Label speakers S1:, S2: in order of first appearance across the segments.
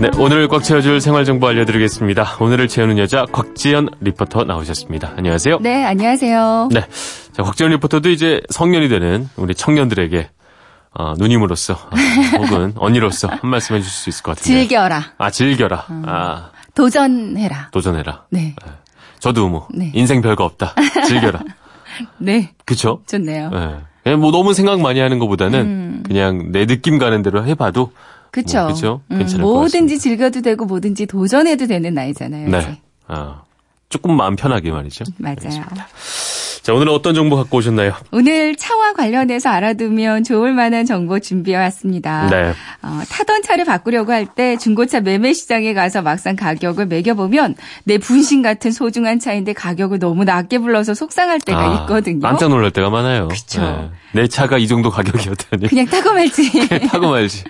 S1: 네, 오늘을 꽉 채워줄 생활정보 알려드리겠습니다. 오늘을 채우는 여자 곽지연 리포터 나오셨습니다. 안녕하세요.
S2: 네, 안녕하세요.
S1: 네. 자, 곽지연 리포터도 이제 성년이 되는 우리 청년들에게 어, 누님으로서 아, 혹은 언니로서 한 말씀 해주실 수 있을 것 같은데.
S2: 즐겨라. 음.
S1: 아, 즐겨라. 아,
S2: 도전해라.
S1: 도전해라.
S2: 네.
S1: 저도 뭐
S2: 네.
S1: 인생 별거 없다. 즐겨라.
S2: 네.
S1: 그쵸?
S2: 좋네요.
S1: 예. 그냥 뭐 너무 생각 많이 하는 것보다는
S2: 음.
S1: 그냥 내 느낌 가는 대로 해봐도
S2: 그쵸. 음,
S1: 뭐, 그쵸? 괜찮을 것
S2: 뭐든지 즐겨도 되고 뭐든지 도전해도 되는 나이잖아요. 이제.
S1: 네. 아, 조금 마음 편하게 말이죠.
S2: 맞아요.
S1: 자, 오늘은 어떤 정보 갖고 오셨나요?
S2: 오늘 차와 관련해서 알아두면 좋을 만한 정보 준비해 왔습니다.
S1: 네.
S2: 어, 타던 차를 바꾸려고 할 때 중고차 매매 시장에 가서 막상 가격을 매겨보면 내 분신 같은 소중한 차인데 가격을 너무 낮게 불러서 속상할 때가
S1: 아,
S2: 있거든요.
S1: 깜짝 놀랄 때가 많아요.
S2: 그쵸.
S1: 예. 내 차가 이 정도 가격이었다니.
S2: 그냥 타고 말지.
S1: 타고 말지.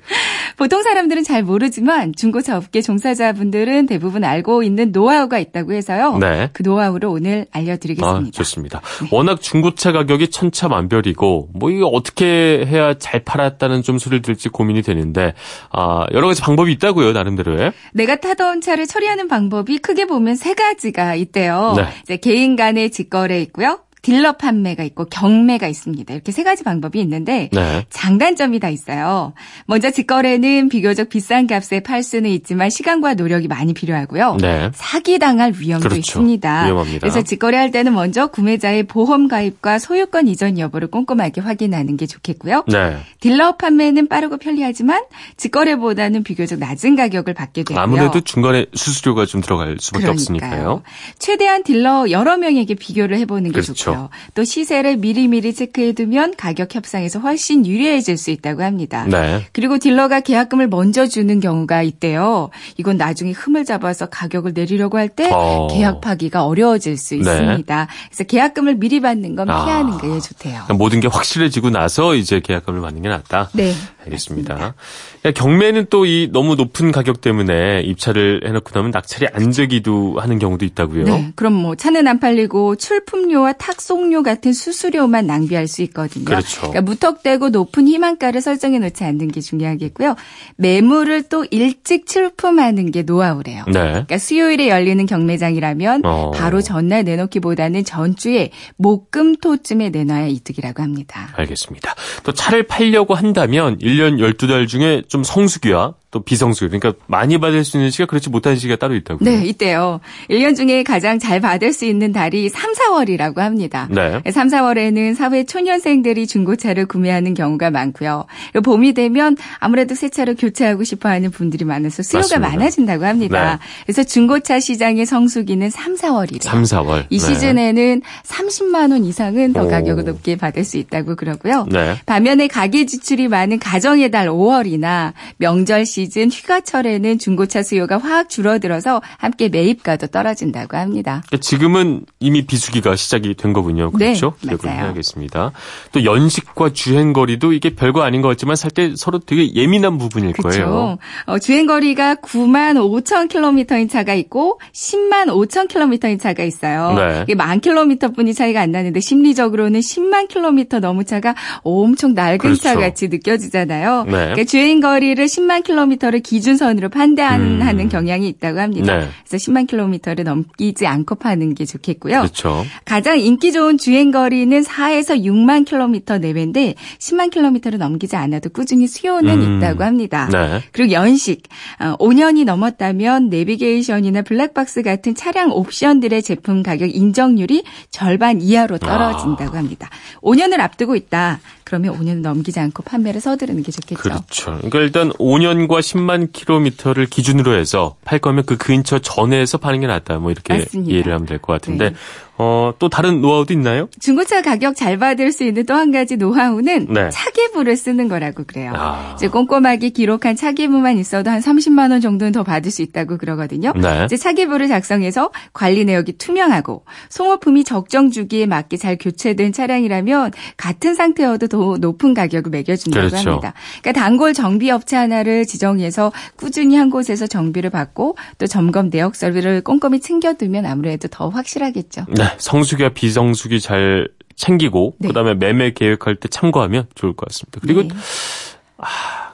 S2: 보통 사람들은 잘 모르지만 중고차 업계 종사자분들은 대부분 알고 있는 노하우가 있다고 해서요.
S1: 네.
S2: 그 노하우를 오늘
S1: 아,
S2: 알려드리겠습니다.
S1: 좋습니다. 워낙 중고차 가격이 천차만별이고 뭐 이거 어떻게 해야 잘 팔았다는 좀 소리를 들지 고민이 되는데 아, 여러 가지 방법이 있다고요, 나름대로의.
S2: 내가 타던 차를 처리하는 방법이 크게 보면 세 가지가 있대요.
S1: 네.
S2: 이제 개인 간의 직거래 있고요. 딜러 판매가 있고 경매가 있습니다. 이렇게 세 가지 방법이 있는데
S1: 네.
S2: 장단점이 다 있어요. 먼저 직거래는 비교적 비싼 값에 팔 수는 있지만 시간과 노력이 많이 필요하고요.
S1: 네.
S2: 사기당할 위험도
S1: 그렇죠.
S2: 있습니다.
S1: 위험합니다.
S2: 그래서 직거래할 때는 먼저 구매자의 보험 가입과 소유권 이전 여부를 꼼꼼하게 확인하는 게 좋겠고요.
S1: 네.
S2: 딜러 판매는 빠르고 편리하지만 직거래보다는 비교적 낮은 가격을 받게 되고요.
S1: 아무래도 중간에 수수료가 좀 들어갈 수밖에 없으니까요.
S2: 최대한 딜러 여러 명에게 비교를 해보는 게
S1: 그렇죠.
S2: 좋고요. 또 시세를 미리미리 체크해두면 가격 협상에서 훨씬 유리해질 수 있다고 합니다.
S1: 네.
S2: 그리고 딜러가 계약금을 먼저 주는 경우가 있대요. 이건 나중에 흠을 잡아서 가격을 내리려고 할 때
S1: 어.
S2: 계약 파기가 어려워질 수
S1: 네.
S2: 있습니다. 그래서 계약금을 미리 받는 건
S1: 아.
S2: 피하는 게 좋대요.
S1: 그러니까 모든 게 확실해지고 나서 이제 계약금을 받는 게 낫다.
S2: 네.
S1: 알겠습니다. 그러니까 경매는 또 이 너무 높은 가격 때문에 입찰을 해놓고 나면 낙찰이 안 되기도 하는 경우도 있다고요.
S2: 그렇죠. 네, 그럼 뭐 차는 안 팔리고 출품료와 탁송료 같은 수수료만 낭비할 수 있거든요.
S1: 그렇죠.
S2: 그러니까 무턱대고 높은 희망가를 설정해 놓지 않는 게 중요하겠고요. 매물을 또 일찍 출품하는 게 노하우래요.
S1: 네.
S2: 그러니까 수요일에 열리는 경매장이라면
S1: 어.
S2: 바로 전날 내놓기보다는 전주에 목금토쯤에 내놔야 이득이라고 합니다.
S1: 알겠습니다. 또 차를 팔려고 한다면 1년 12달 중에 좀 성수기와 또 비성수기 그러니까 많이 받을 수 있는 시기가 그렇지 못한 시기가 따로 있다고요.
S2: 네, 이때요. 1년 중에 가장 잘 받을 수 있는 달이 3, 4월이라고 합니다.
S1: 네.
S2: 3, 4월에는 사회 초년생들이 중고차를 구매하는 경우가 많고요. 그리고 봄이 되면 아무래도 새 차로 교체하고 싶어 하는 분들이 많아서 수요가
S1: 맞습니다. 네.
S2: 많아진다고 합니다. 그래서 중고차 시장의 성수기는 3, 4월이래요.
S1: 3, 4월.
S2: 이 시즌에는 30만 원 이상은 더
S1: 네. 오.
S2: 가격을 높게 받을 수 있다고 그러고요.
S1: 네.
S2: 반면에 가계 지출이 많은 가정의 달 5월이나 명절 시즌 휴가철에는 중고차 수요가 확 줄어들어서 함께 매입가도 떨어진다고 합니다.
S1: 그러니까 지금은 이미 비수기가 시작이 된 거군요.
S2: 네,
S1: 그렇죠? 기억을
S2: 맞아요.
S1: 해야겠습니다. 또 연식과 주행거리도 이게 별거 아닌 것 같지만 살 때 서로 되게 예민한 부분일 거예요.
S2: 그렇죠. 어, 주행거리가 9만 5천 킬로미터인 차가 있고 10만 5천 킬로미터인 차가 있어요.
S1: 네.
S2: 이게 만 킬로미터뿐이 차이가 안 나는데 심리적으로는 10만 킬로미터 넘은 차가 엄청 낡은
S1: 그렇죠.
S2: 차 같이 느껴지잖아요.
S1: 네.
S2: 그러니까 주행거리를 10만 킬로미터를 기준선으로 판단하는
S1: 음.
S2: 경향이 있다고 합니다.
S1: 네.
S2: 그래서 10만 킬로미터를 넘기지 않고 파는 게 좋겠고요.
S1: 그렇죠.
S2: 가장 인기 좋은 주행 거리는 4에서 6만 킬로미터 내외인데 10만 킬로미터를 넘기지 않아도 꾸준히 수요는
S1: 음.
S2: 있다고 합니다.
S1: 네.
S2: 그리고 연식 어, 5년이 넘었다면 내비게이션이나 블랙박스 같은 차량 옵션들의 제품 가격 인정률이 절반 이하로
S1: 아.
S2: 떨어진다고 합니다. 5년을 앞두고 있다. 그러면 5년을 넘기지 않고 판매를 서두르는 게 좋겠죠.
S1: 그렇죠. 그러니까 일단 5년과 10만 킬로미터를 기준으로 해서 팔 거면 그 근처 전에서 파는 게 낫다. 뭐 이렇게
S2: 맞습니다.
S1: 이해를 하면 될 것 같은데
S2: 네.
S1: 어, 또 다른 노하우도 있나요?
S2: 중고차 가격 잘 받을 수 있는 또 한 가지 노하우는
S1: 네.
S2: 차계부를 쓰는 거라고 그래요.
S1: 아.
S2: 이제 꼼꼼하게 기록한 차계부만 있어도 한 30만 원 정도는 더 받을 수 있다고 그러거든요.
S1: 네.
S2: 이제 차계부를 작성해서 관리 내역이 투명하고 송호품이 적정 주기에 맞게 잘 교체된 차량이라면 같은 상태여도 더 높은 가격을 매겨준다고
S1: 그렇죠.
S2: 합니다. 그러니까 단골 정비 업체 하나를 지정해서 꾸준히 한 곳에서 정비를 받고 또 점검 내역 서류를 꼼꼼히 챙겨두면 아무래도 더 확실하겠죠.
S1: 네. 성수기와 비성수기 잘 챙기고
S2: 네.
S1: 그다음에 매매 계획할 때 참고하면 좋을 것 같습니다. 그리고
S2: 네.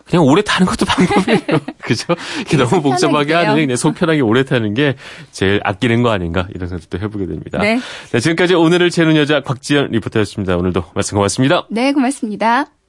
S1: 그냥 오래 타는 것도 방법이에요. 그죠? 이게 너무
S2: 속
S1: 복잡하게
S2: 편하게 돼요.
S1: 하느니 그냥 속 편하게 오래 타는 게 제일 아끼는 거 아닌가 이런 생각도 해보게 됩니다.
S2: 네.
S1: 네, 지금까지 오늘을 재는 여자 곽지연 리포터였습니다. 오늘도 말씀 고맙습니다.
S2: 네, 고맙습니다.